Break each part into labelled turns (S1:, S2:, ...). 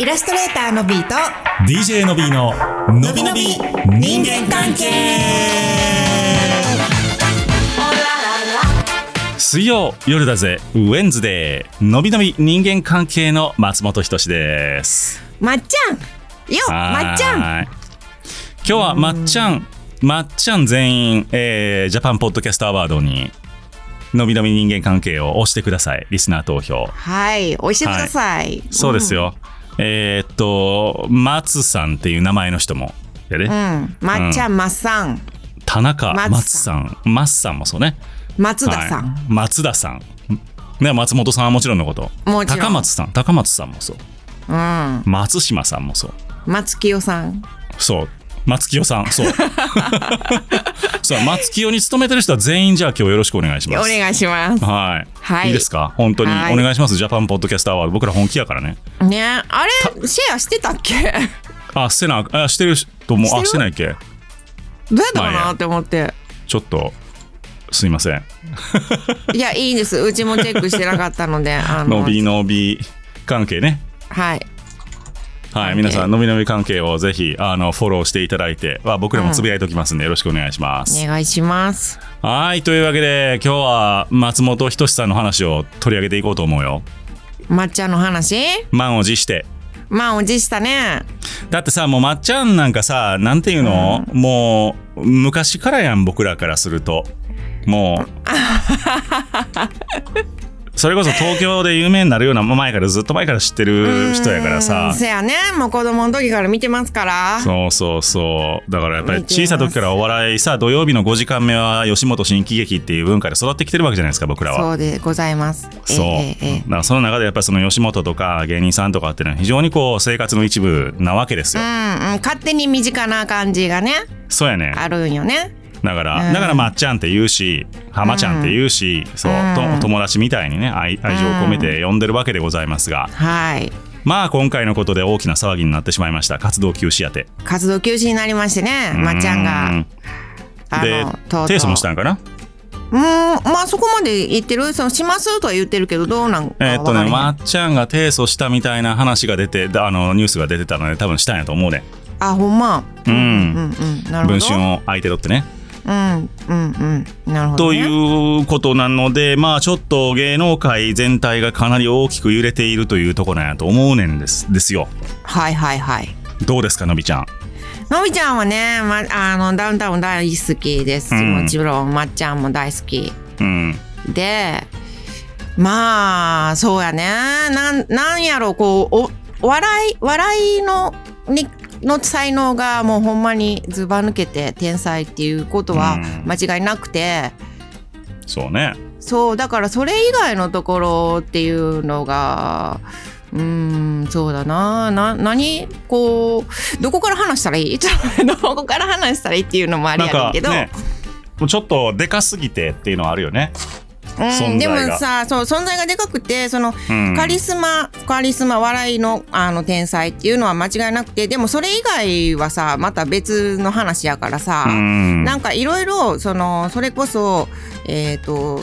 S1: イラストレーターのビーと
S2: DJ のびーののびのび人間関係水曜夜だぜウェンズデーのびのび人間関係の松本人志です
S1: まっちゃんよ
S2: はーい
S1: まっちゃん
S2: 今日はまっちゃんまっちゃん全員、えージャパンポッドキャストアワードにのびのび人間関係を押してくださいリスナー投票
S1: はい押してください、
S2: そうですよ、えーっと松さんっていう名前の人もやで、
S1: うんまっちゃんまっさん
S2: 田中
S1: 松
S2: 松さん松さんもそうね
S1: 松田さん、
S2: はい松田さんね松本さんはもちろんのこと
S1: もちろん
S2: 高松さん高松さんもそう
S1: うん
S2: 松島さんもそう
S1: 松清さん
S2: そう松清さん そうそう松清に勤めてる人は全員じゃあ今日よろしくお願いし
S1: お
S2: ます
S1: 願いします
S2: はい、
S1: はい
S2: いいですか本当にお
S1: はい
S2: 願いしますジャパンポッドキャストアワード僕ら本気やからね
S1: ねあれシェアしてたっけ どうや
S2: あしてなあしてると思うあ
S1: してる
S2: してないっけ
S1: ったか
S2: まあいい
S1: な
S2: や
S1: って思って
S2: ちょっとすいません
S1: いやいいんですうちもチェックしてなかった のであ
S2: 伸び伸び関係ね
S1: はい
S2: は
S1: 係
S2: い、皆さん、のびのび関係をぜひあのフォローしていただいて、まあ、僕らもつぶやいておきますんで、よろしくお願いします。
S1: お願いします
S2: はい、というわけで、今日は松本人志さんの話を取り上げていこうと思うよ。
S1: まっちゃんの話
S2: 満を持して。
S1: まあおじしたね
S2: だってさ、もうまっちゃんなんかさ、なんていうの、もう昔からやん、僕らからすると。もう。それこそ東京で有名になるような前からずっと前から知ってる人やからさ。
S1: うんせやねもう子供の時から見てますから
S2: そうそうそうだからやっぱり
S1: 見てます
S2: 小さい時からお笑いさ土曜日の5時間目は吉本新喜劇っていう文化で育ってきてるわけじゃないですか僕らは。
S1: そうでございますえ
S2: そう、
S1: えええ
S2: だからその中でやっぱりその吉本とか芸人さんとかっていうのは非常にこう生活の一部なわけですよ。
S1: うんうん勝手に身近な感じがね
S2: そうやねん
S1: あるんよね
S2: だから、
S1: うん
S2: だからまっちゃんって言うし浜ちゃんって言うし、そう
S1: うん
S2: と友達みたいにね愛愛情を込めて呼んでるわけでございますが、
S1: はい
S2: まあ今回のことで大きな騒ぎになってしまいました活動休止やて。
S1: 活動休止になりましてねまっちゃん
S2: う
S1: があ
S2: で
S1: のとうとう
S2: 提訴もしたんかな
S1: うーんまあそこまで言ってるそのしますとは言ってるけどどうなんか
S2: えーっ
S1: わか
S2: と
S1: らへ
S2: ね、
S1: ん
S2: まっちゃんが提訴したみたいな話が出て、だあのニュースが出てたので、多分したんやと思うね。
S1: あほんま
S2: う
S1: う
S2: ん
S1: んうんなるほど
S2: 文春を相手取ってね。
S1: うんうんうんなるほど、
S2: と
S1: ね、
S2: いうことなので、まあちょっと芸能界全体がかなり大きく揺れているというとこなんやと思うねんですですよ。
S1: はいはいはい
S2: どうですか、のびちゃん。
S1: のびちゃんはね、ま、あのダウンタウン大好きです、
S2: うん
S1: もちろんまっちゃんも大好き
S2: うん。
S1: でまあそうやねなんなんやろうこうお笑い笑いのにの才能がもうほんまにずば抜けて天才っていうことは
S2: うん
S1: 間違いなくて、
S2: そうね。
S1: そうだからそれ以外のところっていうのがうーんそうだなな何こうどこから話したらいい どこから話したらいいっていうのもあり
S2: なん
S1: やね
S2: か
S1: んけど、
S2: ね、もうちょっとでかすぎてっていうのはあるよね。
S1: うん、
S2: 存
S1: で
S2: 在
S1: も
S2: が
S1: さそう存在がでかくてその
S2: うん。
S1: カリスマ、カリスマ笑いのあの天才っていうのは間違いなくてでもそれ以外はさまた別の話やからさ、
S2: うん。
S1: なんかいろいろそのそれこそえっ、と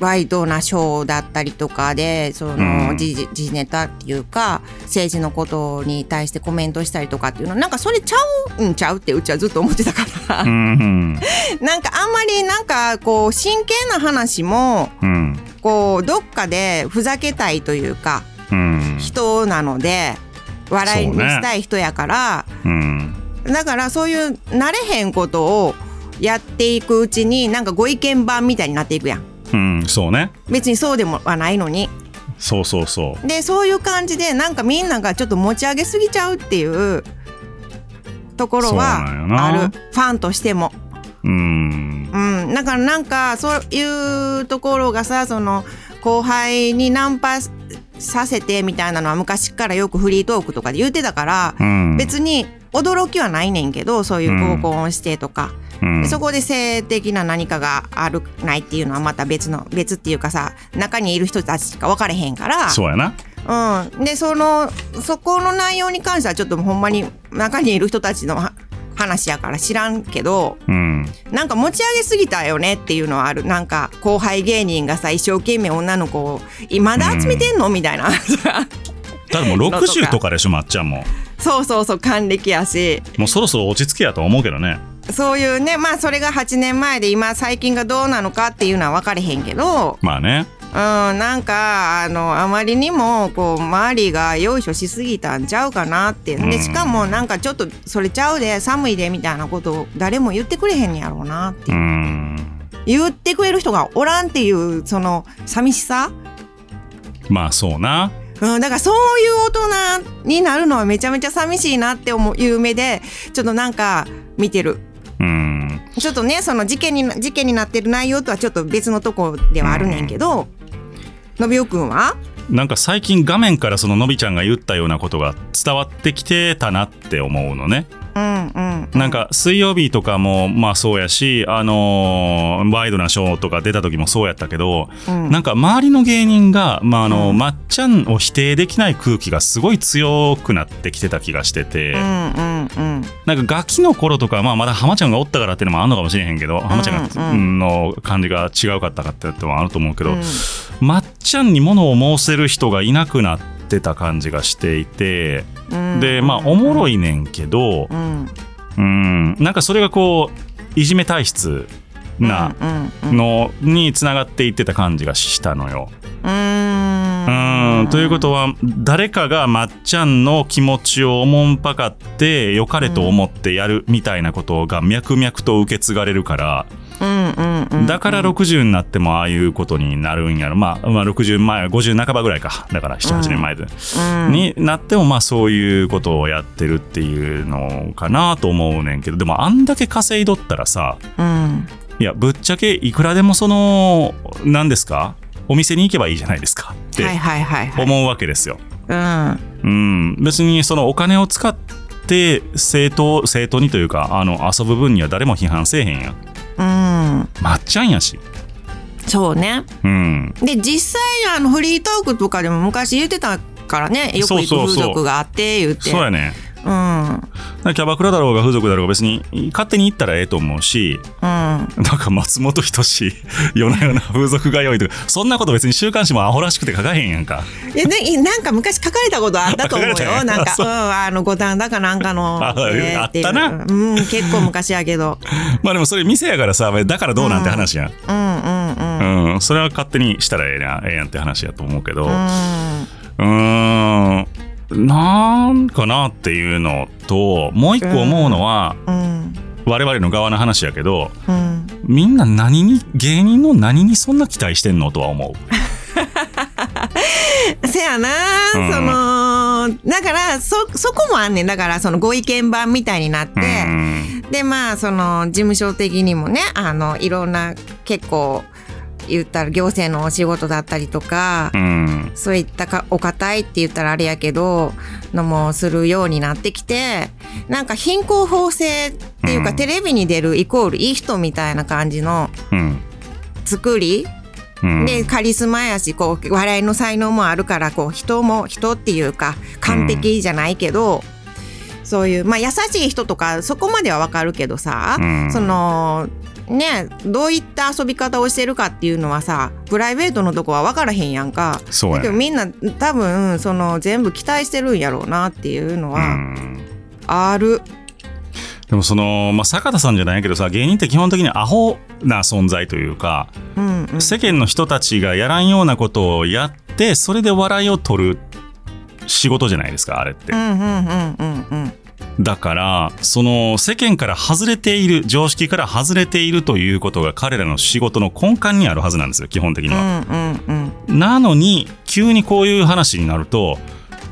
S1: ワイドなショーだったりとかでその、
S2: うん
S1: 時事時事ネタっていうか政治のことに対してコメントしたりとかっていうのなんかそれちゃうんちゃうってうちはずっと思ってたから、
S2: うん。
S1: なんかあんまりなんかこう真剣な話も
S2: うん。
S1: こうどっかでふざけたいというか
S2: うん。
S1: 人なので笑いに
S2: そうね
S1: したい人やから、
S2: うん。
S1: だからそういう慣れへんことをやっていくうちになんかご意見番みたいになっていくやん
S2: うん。そうね。
S1: 別にそうでもはないのに
S2: そうそうそう。
S1: でそういう感じでなんかみんながちょっと持ち上げすぎちゃうっていうところは
S2: そうなんよな
S1: あるファンとしても。
S2: うん。
S1: うん、だからなんかそういうところがさその後輩にナンパさせてみたいなのは昔からよくフリートークとかで言ってたから、
S2: うん。
S1: 別に驚きはないねんけどそういう合コンをしてとか、
S2: うん
S1: でそこで性的な何かがあるないっていうのはまた別の別っていうかさ中にいる人たちしか分かれへんから
S2: そうやな。
S1: うん、でそのそこの内容に関してはちょっとほんまに中にいる人たちのは話やから知らんけど。
S2: うん。
S1: なんか持ち上げすぎたよねっていうのはあるなんか後輩芸人がさ一生懸命女の子を「いまだ集めてんの?」みたいな
S2: だからもう60とかでしょまっちゃんも
S1: そうそうそう還暦やし
S2: もうそろそろ落ち着けやとは思うけどね
S1: そういうねまあそれが8年前で今最近がどうなのかっていうのは分かれへんけど
S2: まあね
S1: うんなんかあのあまりにもこう周りがよいしょしすぎたんちゃうかなって
S2: うん
S1: でしかもなんかちょっとそれちゃうで寒いでみたいなことを誰も言ってくれへんやろうなって
S2: う
S1: いう
S2: ー
S1: ん言ってくれる人がおらんっていうその寂しさ、
S2: まあそうな
S1: うん、だからそういう大人になるのはめちゃめちゃ寂しいなって思ういう目でちょっとなんか見てる
S2: うーん
S1: ちょっとねその事件に事件になってる内容とはちょっと別のとこではあるねんけど、のびおくんは
S2: なんか最近画面からそののびちゃんが言ったようなことが伝わってきてたなって思うのね
S1: うんうん
S2: なんか水曜日とかもまあそうやしあのーワイドなショーとか出た時もそうやったけど
S1: うん
S2: なんか周りの芸人が、まああの
S1: うん
S2: まっちゃんを否定できない空気がすごい強くなってきてた気がしてて、
S1: うんうんうん
S2: なんかガキの頃とか、まあ、まだ浜ちゃんがおったからっていうのもあるのかもしれへんけど、浜ちゃんが、
S1: うんう
S2: の感じが違うかったかっていうのもあると思うけど、
S1: うん
S2: まっちゃんに物を申せる人がいなくなってた感じがしていて、
S1: うん
S2: でまあおもろ
S1: い、
S2: いねんけど
S1: う、ん、
S2: うん、なんかそれがこういじめ体質な
S1: うんうんうん
S2: のにつながっていってた感じがしたのよ。
S1: うーん
S2: うんということは誰かがまっちゃんの気持ちをおもんぱかって良かれと思ってやるみたいなことが脈々と受け継がれるから
S1: うんうんうん
S2: だから60になってもああいうことになるんやろまあまあ60前50半ばぐらいかだから
S1: うん
S2: 78年前で
S1: うん
S2: になってもまあそういうことをやってるっていうのかなと思うねんけどでもあんだけ稼いどったらさ
S1: うん
S2: いやぶっちゃけいくらでもその何ですかお店に行けばいいじゃないですか
S1: は
S2: っ
S1: い
S2: て
S1: はいはいはい
S2: 思うわけですよ。
S1: うん
S2: うん、別にそのお金を使って正当正当にというかあの遊ぶ分には誰も批判せえへんや
S1: う
S2: ん
S1: ん
S2: まっちゃんやし
S1: そうね
S2: うん
S1: で実際あのフリートークとかでも昔言ってたからねよく行く
S2: そうそう
S1: 風
S2: そう
S1: 俗があって言って
S2: そうやね
S1: うん
S2: キャバクラだろうが風俗だろうが別に勝手に行ったらええと思うし
S1: うん
S2: なんか松本人志 夜な夜な風俗が良いとかそんなこと別に週刊誌もアホらしくて書かへんやんか
S1: いやね、なんか昔書かれたことあったと思う
S2: 書かれたん
S1: よ。
S2: や
S1: なんか、う、
S2: そうん
S1: あの、五反田かなんかの。
S2: あ
S1: で
S2: あったな
S1: っていううん、結構昔やけど。
S2: まあでもそれ店やからさだからどうなんて話やん、
S1: うん、うん、うん。うん
S2: うんそれは勝手にしたらええなええやんって話やと思うけど、
S1: うん
S2: うーんなんかなっていうのともう一個思うのは、
S1: うん、
S2: 我々の側の話やけど
S1: うん、
S2: みんな何に芸人の何にそんな期待してんのとは思う
S1: せやな、
S2: うん
S1: そのだからそそこもあんねんだからそのご意見版みたいになって
S2: う、ん
S1: でまあその事務所的にもねあのいろんな結構言ったら行政のお仕事だったりとか、
S2: うん
S1: そういったかお堅いって言ったらあれやけどのもするようになってきてなんか貧困法制っていうか、
S2: うん
S1: テレビに出るイコールいい人みたいな感じの
S2: うん
S1: 作り、
S2: うん
S1: でカリスマやしこう笑いの才能もあるからこう人も人っていうか完璧じゃないけど、そういう、まあ、優しい人とかそこまではわかるけどさ、
S2: うん
S1: そのねどういった遊び方をしてるかっていうのはさプライベートのとこは分からへんやんか。
S2: そう
S1: だ
S2: や
S1: けど
S2: ね
S1: みんな多分その全部期待してるんやろうなっていうの
S2: う
S1: は
S2: ん
S1: ある。
S2: でもその、まあ、坂田さんじゃないけどさ芸人って基本的にアホな存在というか、
S1: うんうん
S2: 世間の人たちがやらんようなことをやってそれで笑いを取る仕事じゃないですかあれって
S1: う。んうんうんうんうん
S2: だからその世間から外れている常識から外れているということが彼らの仕事の根幹にあるはずなんですよ基本的に
S1: う
S2: は。
S1: んうんうん
S2: なのに急にこういう話になると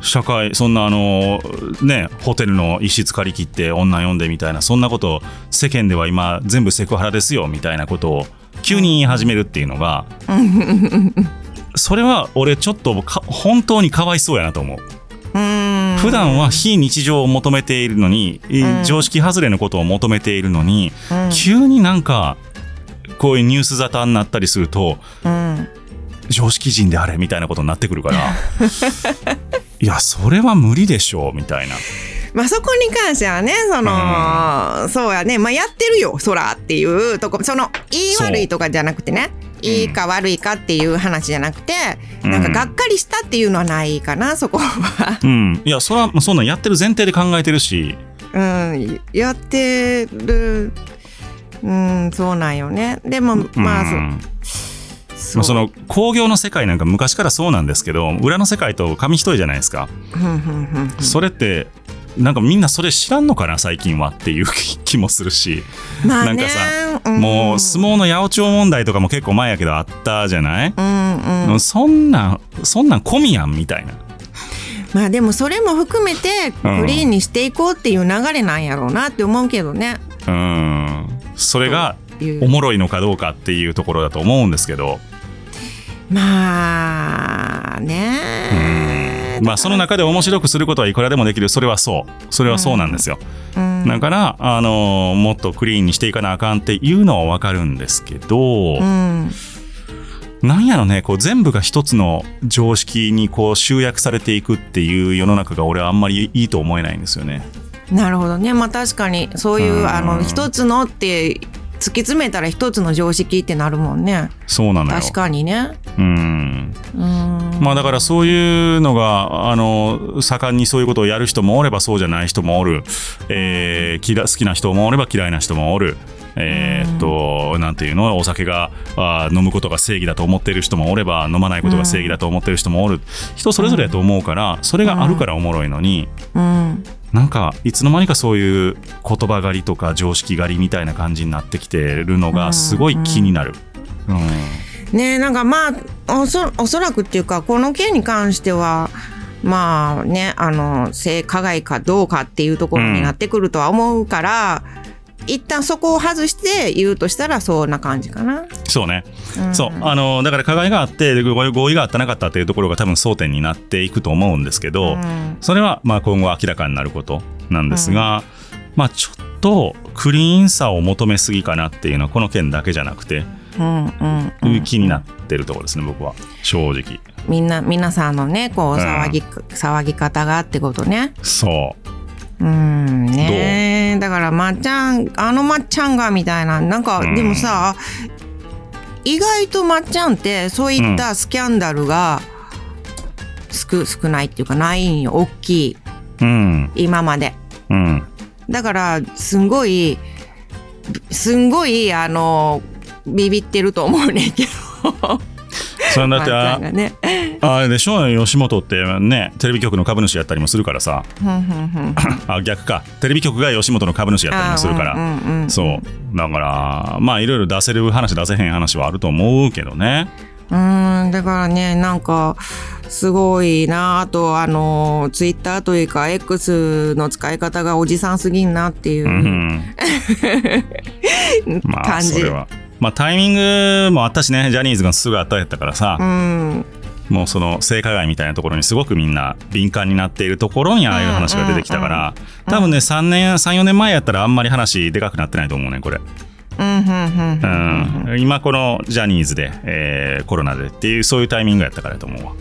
S2: 社会そんなあのねホテルの一室借り切って女呼んでみたいなそんなこと世間では今全部セクハラですよみたいなことを急に言い始めるっていうのが それは俺ちょっとか本当にかわいそうやなと思う。
S1: うん
S2: 普段は非日常を求めているのに、
S1: うん
S2: 常識外れのことを求めているのに、
S1: うん
S2: 急になんかこういうニュース沙汰になったりすると
S1: うん
S2: 常識人であれみたいなことになってくるから いやそれは無理でしょうみたいな
S1: まあそこに関してはねそのそうやねまあやってるよそらっていうとこその言い悪いとかじゃなくてねいいか悪いかっていう話じゃなくて、
S2: うん
S1: なんかがっかりしたっていうのはないかなそこは、
S2: うん、いやそれはそんなんやってる前提で考えてるし
S1: うん、やってるうんそうなんよねでもまあ、
S2: うん
S1: そ
S2: まあ、そうの工業の世界なんか昔からそうなんですけど裏の世界と紙一重じゃないですか、
S1: ふんふんふんふん
S2: それってなんかみんなそれ知らんのかな最近はっていう気もするし、
S1: まあ
S2: なん
S1: ね
S2: かさ
S1: ん
S2: もう相撲の八百長問題とかも結構前やけどあったじゃない、
S1: うんうん、
S2: そんなんそんなん込みやんみたいな
S1: まあでもそれも含めて
S2: うん
S1: クリーンにしていこうっていう流れなんやろうなって思うけどね。
S2: うんそれが
S1: っていう
S2: おもろいのかどうかっていうところだと思うんですけど、
S1: まあね
S2: まあ、その中で面白くすることはいくらでもできるそれはそうそれはそうなんですよ、
S1: うん
S2: だから、あのーもっとクリーンにしていかなあかんっていうのはわかるんですけど、
S1: うん
S2: なんやろねこう全部が一つの常識にこう集約されていくっていう世の中が俺はあんまりいいと思えないんですよね。
S1: なるほどねまあ確かにそういう、
S2: うん
S1: あの一つのって突き詰めたら一つの常識ってなるもんね
S2: そうなのよ
S1: 確かにね。
S2: うん
S1: うん
S2: まあだからそういうのがあの盛んにそういうことをやる人もおればそうじゃない人もおる、えー嫌好きな人もおれば嫌いな人もおる。えーっとなんていうのお酒があー飲むことが正義だと思ってる人もおれば飲まないことが正義だと思ってる人もおる、人それぞれだと思うからそれがあるからおもろいのに、
S1: うん
S2: なんかいつの間にかそういう言葉狩りとか常識狩りみたいな感じになってきてるのがすごい気になる。うん
S1: ねなんかまあおそおそらくっていうかこの件に関してはまあねあの性加害かどうかっていうところになってくるとは思うから、一旦そこを外して言うとしたらそんな感じかな。
S2: そうね
S1: ん
S2: そうあのだから加害があってで合意合意があったなかったっていうところが多分争点になっていくと思うんですけど、
S1: うん
S2: それはまあ今後明らかになることなんですが、まあちょっとクリーンさを求めすぎかなっていうのはこの件だけじゃなくて、
S1: うんうんうん
S2: 気になってるところですね僕は正直
S1: みんな皆さんのねこう
S2: うん
S1: 騒ぎ,、騒ぎ方がってことね。
S2: そ
S1: う
S2: う
S1: んねだからまっちゃんあのまっちゃんがみたいななんか、
S2: うん
S1: でもさ意外とまっちゃんってそういったスキャンダルが少,、少ないっていうかないんよ大きい
S2: うん
S1: 今まで。
S2: うん
S1: だからすんごいすんごいあのビビってると思うねんけど。
S2: そ れだ
S1: ま
S2: っ
S1: っち
S2: て
S1: ゃん
S2: あ
S1: がね。
S2: あれでしょ吉本ってねテレビ局の株主やったりもするからさ
S1: ふんふんふん
S2: あ逆かテレビ局が吉本の株主やったりもするから、
S1: あーうんうんうん
S2: そうだからまあいろいろ出せる話出せへん話はあると思うけどね、
S1: うーんだからねなんかすごいなあとあのツイッターというか X の使い方がおじさんすぎんなっていううん
S2: まあ
S1: 感
S2: そ
S1: じ。
S2: れはまあタイミングもあったしねジャニーズがすぐあったやったからさ
S1: う、ん、
S2: もうその性加害みたいなところにすごくみんな敏感になっているところにああいう話が出てきたから、多分ね3年34年前やったらあんまり話でかくなってないと思うねこれ、
S1: うんうんうん
S2: う
S1: うん
S2: ん、今このジャニーズで、えーコロナでっていうそういうタイミングやったからやと思うわ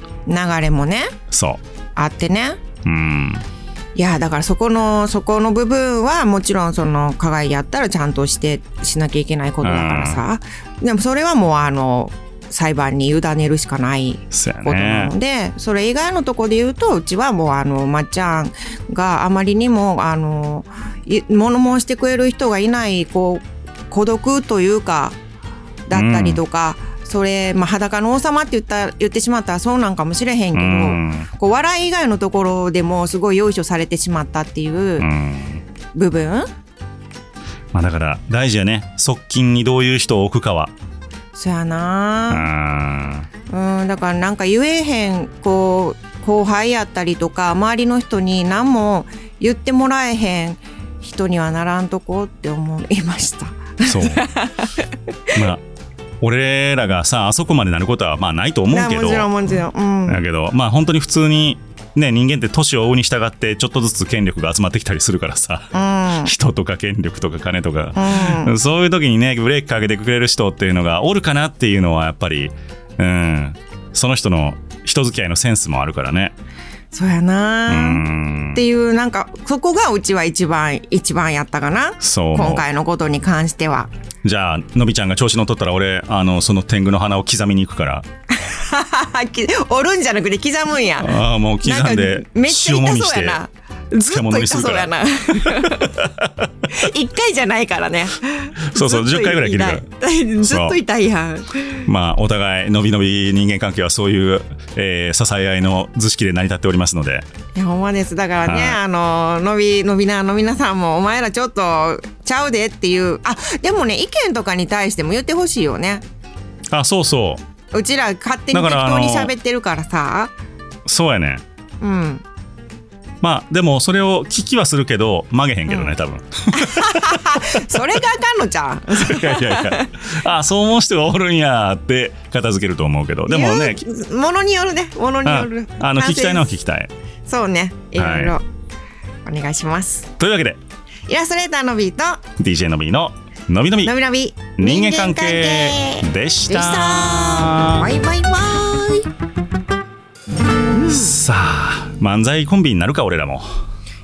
S1: 流れもね
S2: そ
S1: あってね
S2: ううん
S1: いやだからそこのそこの部分はもちろんその加害やったらちゃんとしてしなきゃいけないことだからさ、でもそれはもうあの裁判に委ねるしかない
S2: そうや
S1: ことな
S2: ね
S1: ので、それ以外のとこで言うとうちはもうあのまっちゃんがあまりにもあのい物申してくれる人がいないこう孤独というかだったりとか、それ、まあ、裸の王様って言った言ってしまったらそうなんかもしれへん
S2: う
S1: けど、
S2: ん
S1: こう笑い以外のところでもすごい用意されてしまったっていううん部分、
S2: まあだから大事やね側近にどういう人を置くかは
S1: そやな
S2: あ
S1: うん、だからなんか言えへんこう後輩やったりとか周りの人に何も言ってもらえへん人にはならんとこって思いました。
S2: ーそうまあ俺らがさあそこまでなることはまあないと思うけ
S1: なもちろん
S2: ど
S1: もちろん。うん
S2: だけどまあ本当に普通にね人間って年を追うに従ってちょっとずつ権力が集まってきたりするからさ
S1: うん
S2: 人とか権力とか金とか、
S1: うん
S2: そういう時にねブレーキかけてくれる人っていうのがおるかなっていうのはやっぱりうんその人の人付き合いのセンスもあるからね
S1: そうや
S2: う
S1: な、
S2: んうん
S1: っていうなんかそこがうちは一番一番やったかな
S2: そう思う
S1: 今回のことに関しては
S2: じゃあのびちゃんが調子乗っとったら俺あのその天狗の花を刻みに行くから
S1: き折るんじゃなくて刻むんや
S2: ああもう刻んで
S1: かめっちゃ
S2: 塩も
S1: 痛
S2: みし
S1: そう
S2: て
S1: やなずっと
S2: 漬物に
S1: 痛
S2: する
S1: そ
S2: か
S1: うや
S2: ら
S1: な一回じゃないからね
S2: そうそう
S1: ずっと
S2: 10回ぐらい切るから
S1: 痛いずっと痛いやん
S2: まあお互いのびのび人間関係はそういう、えー支え合いの図式で成り立っておりますので
S1: いやほんまですだからね、
S2: はい
S1: あののびのびなの皆さんもお前らちょっとちゃうでっていうあでもね意見とかに対しても言ってほしいよね
S2: あそうそう
S1: うちら勝手に
S2: だ
S1: 適
S2: から
S1: 当に
S2: あの
S1: 喋ってるからさ
S2: そうやね
S1: うん
S2: まあでもそれを聞きはするけど曲げへんけどね多分、
S1: それがあかんのじゃん
S2: いやいやいやあそう思う人がおるんやって片付けると思うけ どでもね
S1: 言うものによるねものによ
S2: あ
S1: る
S2: あの聞きたいのは聞
S1: き
S2: きたい
S1: そうねいろいろ、
S2: は
S1: お願いします
S2: というわけで
S1: イラストレーターのビーと
S2: DJ のびののびのび
S1: のびのび
S2: 人間関係でした
S1: でしたバイバイバイ
S2: さあ漫才コンビになるか俺らも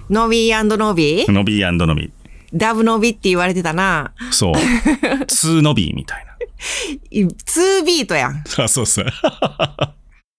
S1: のびのび
S2: のびのび
S1: ダブのびって言われてたな
S2: そう ツーのびみたいな
S1: 2ビートやん
S2: あそうそう